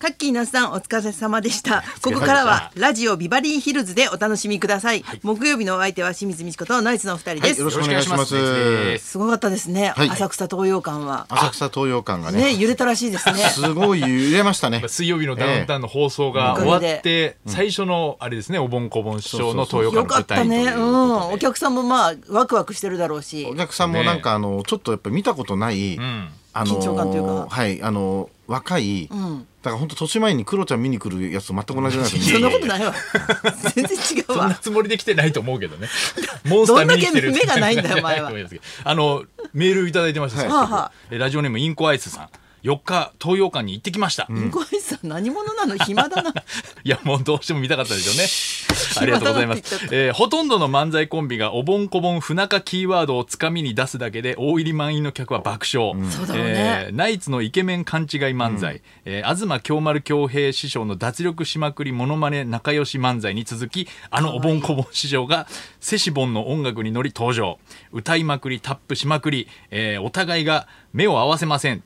タッキーなさんお疲れ様でしたここからはラジオビバリーヒルズでお楽しみください、木曜日のお相手は清水美智子とナイツのお二人です、よろしくお願いします。すごかったですね、はい浅草東洋館は浅草東洋館がねね、揺れたらしいですねすごい揺れましたね。水曜日のダウンタウンの放送が終わって、最初のあれですねお盆こぼん師匠の東洋よ館のか舞った台というねことうでんお客さんもまあワクワクしてるだろうしお客さんもなんかあのちょっとやっぱ見たことない、んあの緊張感というかはいあの若い、だから本当年前にクロちゃん見に来るやつと全く同じなんですそんよなね。ことないわ全然違うそんなわつもりで来てないと思うけどね。モンスター見に来てるどんだけ目がないんだよお前は ごめんなさいあの、メールいただいてました、はあ早はあ速えラジオネームインコアイスさん。4日、東洋館に行ってきました。向井さん何者なの暇 だな いや、もうどうしても見たかったでしょうね。ありがとうございま暇だなって言っちゃっす。えーほとんどの漫才コンビがおぼんこぼん不仲キーワードをつかみに出すだけで大入り満員の客は爆笑。そうだろうねえーナイツのイケメン勘違い漫才、えー東京丸京平師匠の脱力しまくりモノマネ仲良し漫才に続き、あのおぼんこぼん師匠がセシボンの音楽に乗り登場。歌いまくり、タップしまくり、えーお互いが目を合わせません。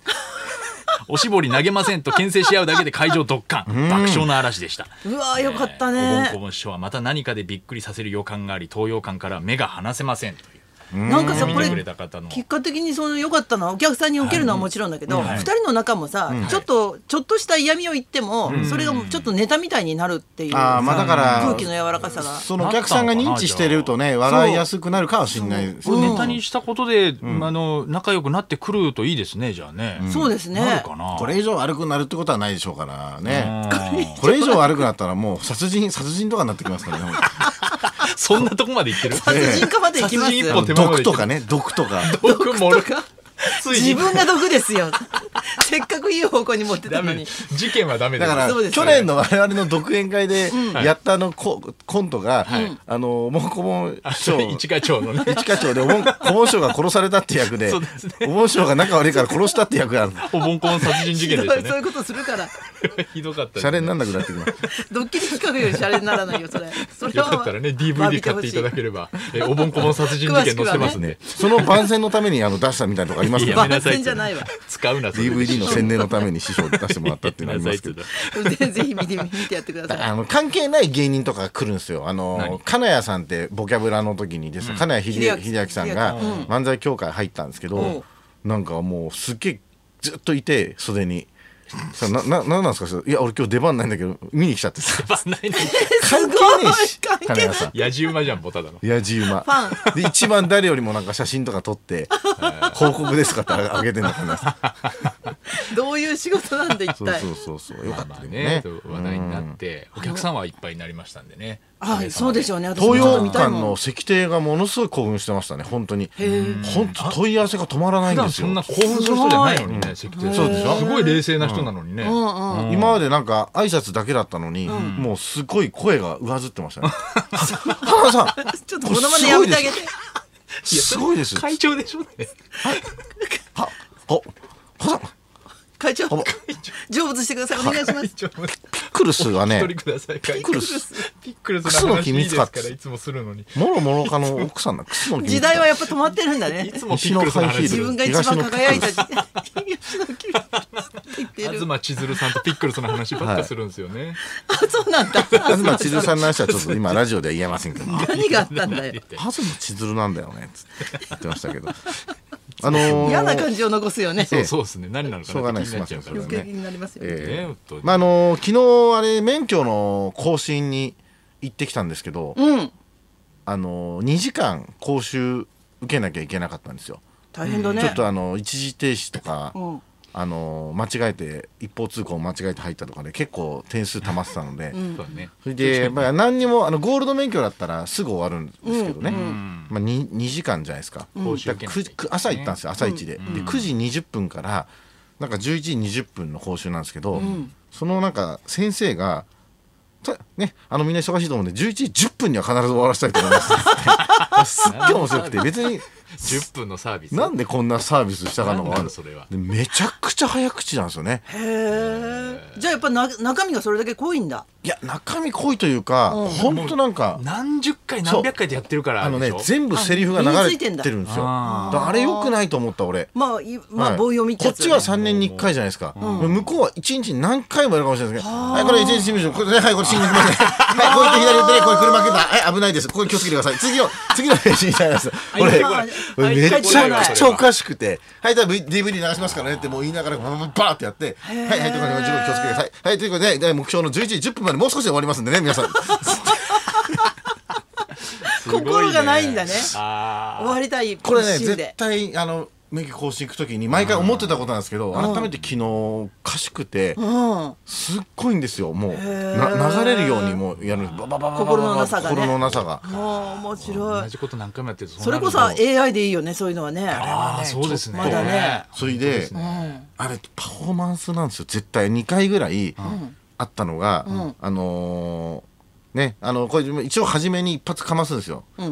おしぼり投げませんと牽制し合うだけで会場ドッカン爆笑の嵐でしたうわーよかったえーおぼんねこぼん師匠はまた何かでびっくりさせる予感があり東洋館から目が離せませんというなんかさ見これてくれた方の結果的にその良かったのはお客さんに受けるのはもちろんだけど、二人の仲もさ、ちょっとちょっとした嫌味を言っても、それがもうちょっとネタみたいになるっていうああまあだか空ら気の柔らかさがそのお客さんが認知してるとね笑いやすくなるかもしれないですこれね。ネタにしたことで、あの仲良くなってくるといいですねじゃあね、そうですねなるかなこれ以上悪くなるってことはないでしょうからね。うんこれ以上悪くなったらもう殺人殺人とかになってきますからね。そんなとこまでいってる殺人家まで行きます殺人一歩手前ま毒でとかね毒とか。毒もろかつい自に分が毒ですよ せっかくいい方向に持ってたダのメに事件はダメだからそうですよ去ね年の我々の独演会でやったあのコ,、コントが、あのもうこぼん師そ匠れ一課長のね一課長でおぼんこぼん師匠が殺されたって役でそうですねおぼん師匠が仲悪いから殺したって役があるのおぼんこぼん殺人事ひ件どでいしたそういねうことするからひどかったですシャレになんなくなってきますドッキリ企画よりシャレにならないよそれそれよはかったらね詫び DVD て買っほてしいただければ、えおぼんこぼん殺人事件載せますんで、その番宣のためにあの出したみたいなとこありますいけや どやめなさいっ番宣てじゃないわ使うなそれ DVD の宣伝のために師匠に出してもらったっていうのありますけどやめなさいってぜひぜひ見て見てやってくださいあの関係ない芸人とかが来るんですよ。あの金谷さんってボキャブラの時にですね、金谷秀秀明秀明さんが漫才協会入ったんですけど、なんかもうすっげえずっといて袖に。さなななんなんですかそれいや俺今日出番ないんだけど見に来ち ゃってさ言えばないの関係ねえし関係ない金谷さん野じ馬じゃんボタだのやじ馬ァで一番誰よりもなんか写真とか撮 って報告ですかってあげてんのか などういう仕事なんで一そう体そうそうそうよかったまあでもねね話題になってお客さんはいっぱいになりましたんでねあそうでしょうね私もちょ東っと洋見たい館もんの石庭がものすごい興奮してましたね本当に本当問い合わせが止まらない普んで段すそよんな興奮する人じゃないのにね関亭さんそうでしょすごい冷静な人なのにね、今までなんか挨拶だけだったのに、もうすごい声が上ずってましたね。花さん、ちょっとモノマネやめてあげてすごいです。は会長でしょねお、花さん、会長ば 成仏してくださいお願いしま会す長もクルスが一ね人、くださいピックルスピックルスのクスの話い秘いで密すかっかてらいつもするのにもろもろかの奥さんだ。クスの君時代はやっぱ止まってるんだいねつもピックルスの話す自る分が一番輝いた時代東の君って言ってる東千鶴さんとピックルスの話ばっかするんですよね、あそうなんだ東千鶴さんの話はちょっと今ラジオでは言えませんけど、何があ ったんだよ東千鶴なんだよねつって言ってましたけど、あのー嫌な感じを残すよねそうそうですね何なのかしょうがなないって気になっちゃうからすいま余ねせんそれは計ねになりますよ、ねええまああのー昨日あれ免許の更新に行ってきたんですけど、うんあのー2時間講習受けなきゃいけなかったんですよ。大変だねちょっとあの一時停止とか、うんあの間違えて一方通行を間違えて入ったとかで結構点数たまってたので、そうだねそれで、まあ、何にもあのゴールド免許だったらすぐ終わるんですけどね、まあ、2, 時間じゃないですか,、講習だ受けからなきゃいけないくく朝行ったんですよ朝一で,、で9時20分からなんか11時20分の講習なんですけど、そのなんか先生がたね、あのみんな忙しいと思うんで11時10分には必ず終わらせたいと思いますすっげえ面白くて別に10分のサービスなんでこんなサービスしたかなのんがなあのるそれはでめちゃくちゃ早口なんですよねへえじゃあやっぱな中身がそれだけ濃いんだいや中身濃いというか本当なんか何十回何百回でやってるからあのねでしょ全部セリフが流れてるんですよあだからあれよくないと思った俺まあいまはあい棒読みってこやっつちは3年に1回じゃないですか、向こうは1日に何回もやるかもしれないですけど、はいこれ1日新聞これ はいこれ新聞まではいこういって左手でこれ車蹴ったはい危ないですこれ気をつけてください次の次のページみたいなやつこれあこれあめ一回ちゃくちゃ違うおかしくて「はいじゃあ V- DVD 流しますからね」ってもう言いながらババババーってやって「はいはいということで15気をつけてください」はいということでで目標の11時10分までもう少しで終わりますんでね皆さんすごいね心がないんだねあ終わりたいこれね一心絶で対あの免許更新行く時に毎回思ってたことなんですけど改めて昨日おかしくて。うんすっごいんですよもうな流れるようにもうやるババババババ心のなさがね心のなさがもう面ー白同いじこと何回もやってるとそれこそうなると AI でいいよねそういうのはねああそうですねまだねそれであれパフォーマンスなんですよ絶対2回ぐらいあったのが、あのーねあのこれ一応初めに一発かますんですよ、え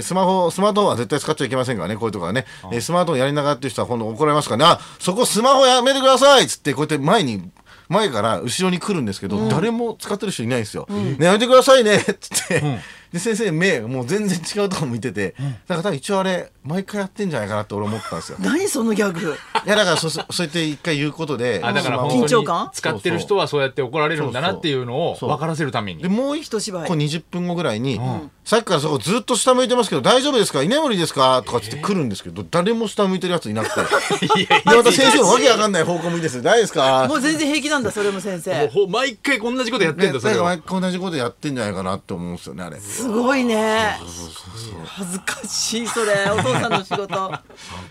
ースマホスマートフォンは絶対使っちゃいけませんからねこういうとこはね、えースマートフォンやりながらっていう人は今度怒られますからねあそこスマホやめてくださいっつってこうやって前に前から後ろに来るんですけど、誰も使ってる人いないんですよ。ね、やめてくださいねっつって、で先生目もう全然違うとこ見てて、だから多分一応あれ毎回やってんじゃないかなって俺思ったんですよ。何そのギャグいやだからそそ そうやって一回言うことであだからその本緊張当感に使ってる人はそうやって怒られるんだなっていうのをそうそう分からせるためにでもう一一芝居個20分後ぐらいに、さっきからそこずっと下向いてますけど大丈夫ですか居眠りですかとかっつって来るんですけど、誰も下向いてるやついなくてでまた先生もわけわかんない方向向いてです大丈夫ですかもう全然平気なんだそれも先もう生ほ毎回同じことやってんだそれねはなんか毎回同じことやってんじゃないかなって思うんですよねあれすごいね恥ずかしいそれお父さんの仕 事わ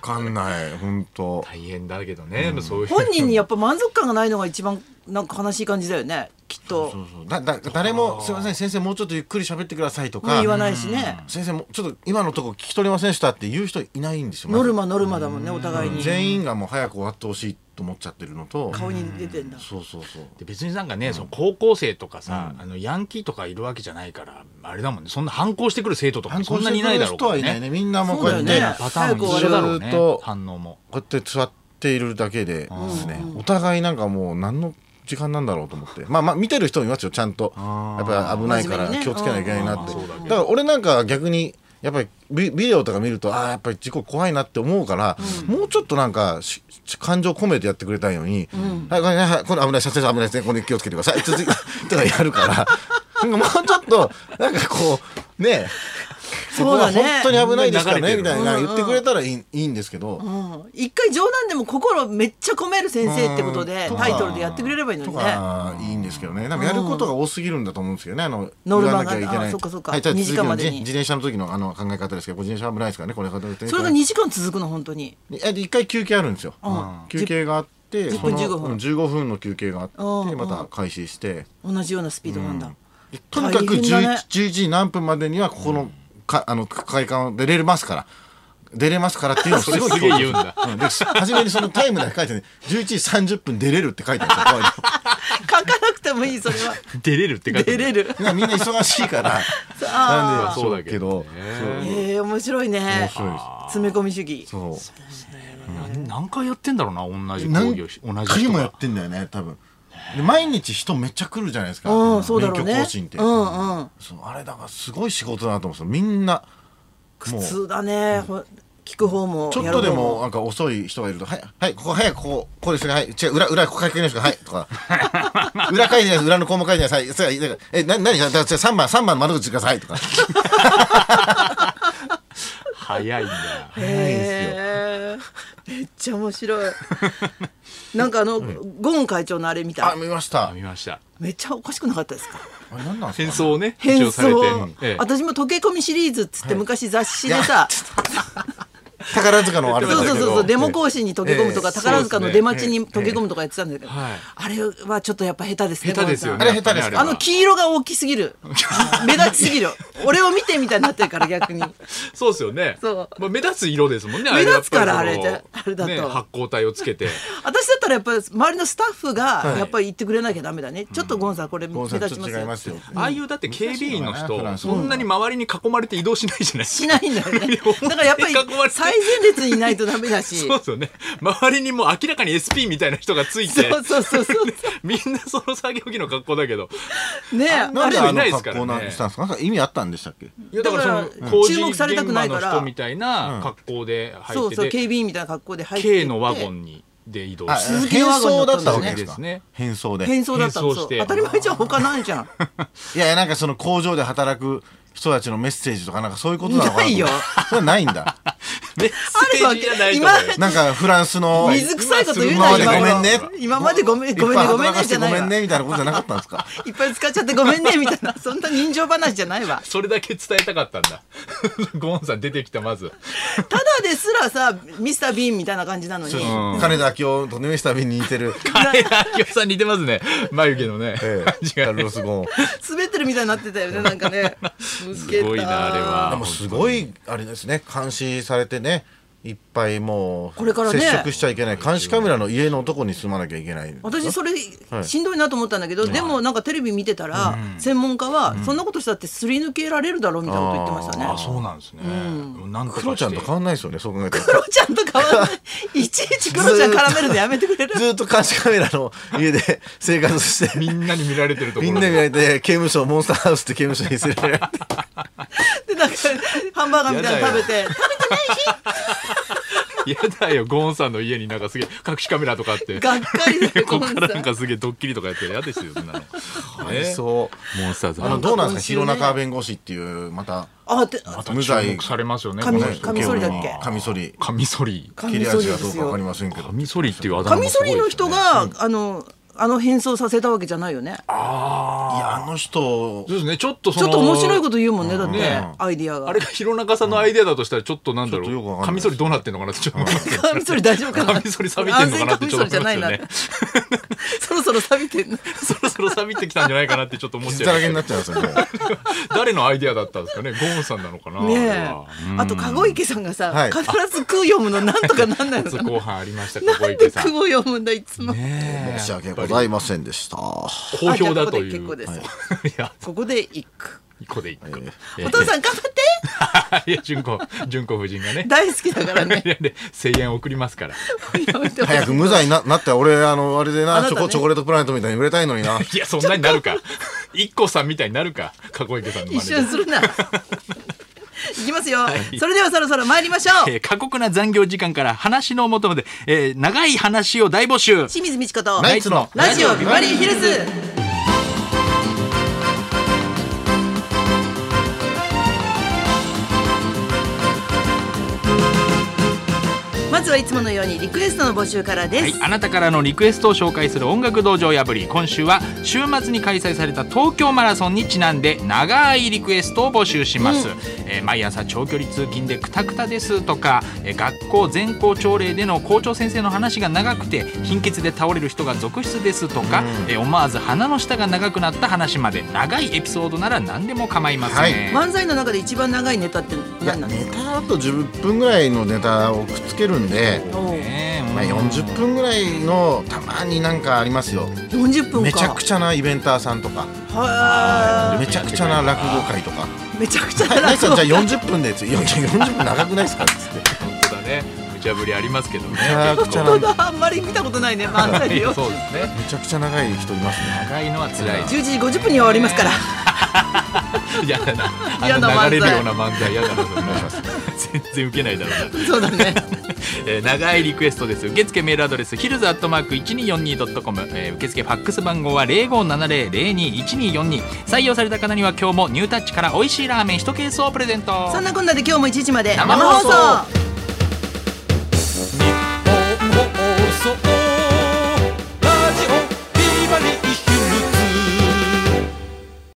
かんない本当大変だけどね、そういう本人にやっぱ満足感がないのが一番なんか悲しい感じだよねきっとそうそうだだ誰もすいません先生もうちょっとゆっくり喋ってくださいともうか言わないしね先生もうちょっと今のとこ聞き取れませんでしたって言う人いないんですよまずノルマノルマだもんねお互いに全員がもう早く終わってほしいと思っちゃってるのと顔に出てんだそうそうそうで別になんかね、その高校生とかさ、あのヤンキーとかいるわけじゃないからあれだもんねそんな反抗してくる生徒とかもそんなにいないだろう人かはらいないねみんなもうこうやってそうだよねパターンも一緒だろうねずーっと反応もこうやって座っているだけでですねお互いなんかもう何の時間なんだろうと思ってまあまあ見てる人もいますよちゃんとあやっぱり危ないか真面目にねら気をつけなきゃいけないなってうんうんだから俺なんか逆にやっぱりビビデオとか見るとああやっぱり事故怖いなって思うから、もうちょっとなんかしし感情込めてやってくれたいのに、はいこれねはいこれ危ない車線危ないですねこれ気をつけてください 続いとかやるからなんかもうちょっとなんかこうねそうだねここは本当に危ないですからね流れてるみたいな言ってくれたらいい,、いいんですけど、うん一回冗談でも心めっちゃ込める先生ってことでうんタイトルでやってくれればいいのとにねかいいんですけどねなんかやることが多すぎるんだと思うんですけどねあのノル言マわがなきゃいけないあそっかそっかはいじゃあ2時間までに次の自自転車の時のあの考え方ですけど自転車危ないですからねこれそれが2時間続くの本当にえで一回休憩あるんですよ、うん休憩があって10分その15分うん15分の休憩があってうんうんまた開始して同じようなスピードなんだでとにかく大変だね 11, 11時何分までにはここのかあの会館を出れますから出れますからっていうのをすごい それすげえ言うんだうで初めにそのタイムだけ書いてある11時30分出れるって書いてあるんですよこういうの書かなくてもいいそれ は出れるって書いてあ出るれるみんな忙しいからあなんでそうだけどそうええ面白いね面白いです詰め込み主義そう何何回やってんだろうな同じ何工業し同じ回人もやがってんだよね多分で毎日人めっちゃ来るじゃないですかうんそうだろう免許ね更新って、うんうんそうあれだからすごい仕事だなと思うんですよみんな苦痛だねほ聞く方もちょっやとるで方もなんか遅い人がいると「はい、はい、ここ早くここここですねはい違う裏裏ここ書いてないですかはい」とか 「裏書いてないです裏の項目書いてないですはい」そうえな何だだだ3番3番窓口ください」とか早いんだよへえ めっちゃ面白いなんかあの、ゴーン会長のあれ見あた見ました見ましためっちゃおかしくなかったですかあれ何なんです変か装をね一変応され装て、ええ私も溶け込みシリーズっつって昔雑誌でさ、宝塚のあれそうそうそうそうデモン行進に溶け込むとか、ええ宝塚の出待ちにそ溶うですねけ込むとかやってたんだけど、ええあれはちょっとやっぱ下手ですね下手ですよねあれ下手ですあやっぱねれはの黄色が大きすぎる目立ちすぎる俺を見てみたいになってるから逆にそうですよねそうまあ、目立つ色ですもんね目立つかられやっぱりそあのれじゃあれだとね、発光体をつけて私だっったらやっぱり周りのスタッフがいやっぱり言ってくれなきゃダメだね、ちょっとゴンさんこれ目ゴンさん立ちちょっまとす違いよますよああいうだって警備員の難しいよ人なそんなに周りに囲まれて移動しないじゃないでしすかないんだよねだからやっぱり囲まれて最前列にいないとダメだしそうですよね周りにもう明らかに SP みたいな人がついてそうそうそうそみんなその作業着の格好だけどうねえあんななんであれあいなのいですか格らね好なんしたんですかなんか意味あったんでしたっけいやだからそだからの工注事目された現くな場いかのら人みたいな格好でそ入っうそうて警て備員みたいな格好で入ってって K のワゴンにで移動あして鈴木のワ変ゴン装だだっったんですねたわけですですかね変装で変装だったんで変す装よして当たり前じゃん他ないじゃんいやいやなんかその工場で働く人たちのメッセージとかなんかそういうことなのかななと思っいてよ それはないんだ メッセージじゃないと思うよ今なんかフランスの水臭いこと言うな今までごめんね今までごめんごめんねごめんねじゃないごめんわねみたいなことじゃなかったんですかいっぱい使っちゃってごめんねみたいなそんな人情話じゃないわそれだけ伝えたかったんだ ゴンさん出てきたま ずただですらさミスター・ビーンみたいな感じなのに、ん金田明夫とネメスタビに似て る明夫さん似てますね眉毛のね え感えじカがルロスゴーン滑ってるみたいになってたよねなんかねすごいなあれはでもすごいあれですね監視されてねいっぱいもうこれからね接触しちゃいけない監視カメラの家のとこに住まなきゃいけない私それはいしんどいなと思ったんだけど、でもなんかテレビ見てたら、専門家は、そんなことしたってすり抜けられるだろうみたいなこと言ってましたねあそうなんですね、なんとかしてクロちゃんと変わんないですよねそう考えたら黒ちゃんと変わらない いちいち黒ちゃん絡めるのやめてくれる ずーっと監視カメラの家で生活して みんなに見られてるとこみろんな 見られて刑務所モンスターハウスって刑務所に連れられてでなんかハンバーガーみたいなの食べてやだよゴンさんの家になんかすげえ隠しカメラとかあってがっかりだよこゴっンさかんらなんかすげえドッキリとかやって嫌ですよそんなのねそうモンスターズあのどうなんですかな弘んか今週ね中弁護士っていうまたあでまた無無罪罪されますよね髪この人カミソリだっけカミソリカミソリカ切ミれソリ味でがどうすかわよかりませんけどカミソリっていうあだカ名もミすソごいリのです人よねが、あのあの変装させたわけじゃないよねいやあの人そうですねちょっとそちょのっと面白いこと言うもんねだって、ねアイディアがあれが弘中さんのアイデアだとしたらちょっとなんだろちょっとよくわうかんないカミソリどうなってんのかなってちょっと思いますカミソリ大丈夫かなカミソリ錆びてんのかなってちょっと思いますよ 安全カミソリじゃないねなそろそろ錆びてんのそろそろ錆びてきたんじゃないかなってちょっと思っ傷ちだゃらけいになまっすちゃいますよ ね 誰のアイデアだったんですかねゴンさんなのかなねあえれはあと籠池さんがさ、はい必ず「空」読むのなんとかなん ないの初かな後半ありました小なん池でさ空んを読むんだいつも、ねえ申し訳ございませんでしたは 好評だといあじゃあうここで結構で いやここで一句ここで一個いお父さん頑張ってん いや純子純子夫人がね大好きだからねいやで声援送りますから早く無罪にななって俺あのあれであななたチねョコチョコレートプラネットみたいに売れたいのにないやそんなになるか一個さんみたいになるか籠池さんの真似で一緒にするないきますよ、それではそろそろ参りましょう、えー過酷な残業時間から話の求めで、えー長い話を大募集清水美智子とナイツのラジオビバリーヒルズまずはいつものようにリクエストの募集からです、はい、あなたからのリクエストを紹介する音楽道場破り今週は週末に開催された東京マラソンにちなんで長いリクエストを募集します、えー毎朝長距離通勤でくたくたですとか、えー学校全校朝礼での校長先生の話が長くて貧血で倒れる人が続出ですとか、えー思わず鼻の下が長くなった話まで長いエピソードなら何でも構いません、はい漫才の中で一番長いネタっていや何なんでネすかタだと10分ぐらいのネタをくっつけるんで、ねえまあ、40分ぐらいのたまになんかありますよ40分かめちゃくちちゃなイベンターさんとかゃはめちゃくちゃな落語会とかーめちゃくちゃ「ナイツ楽さんじゃあ40分で」つって「いやいや40分長くないですか?」っつって本当だね無茶ぶりありますけどねめち ゃくちゃな本当だあんまり見たことないね漫才よそうです ねめちゃくちゃ長い人いますね長いのは辛い11時50分には終わりますから嫌だな嫌な漫才あの流れるような漫才嫌だなと思います全然受けないだろうな、そうだねえー長いリクエストです受付メールアドレスヒルズアットマーク 1242.com、えー受付ファックス番号は0570021242採用された方には今日もニュータッチから美味しいラーメン1ケースをプレゼントそんなこんなで今日も1時まで生放送生放送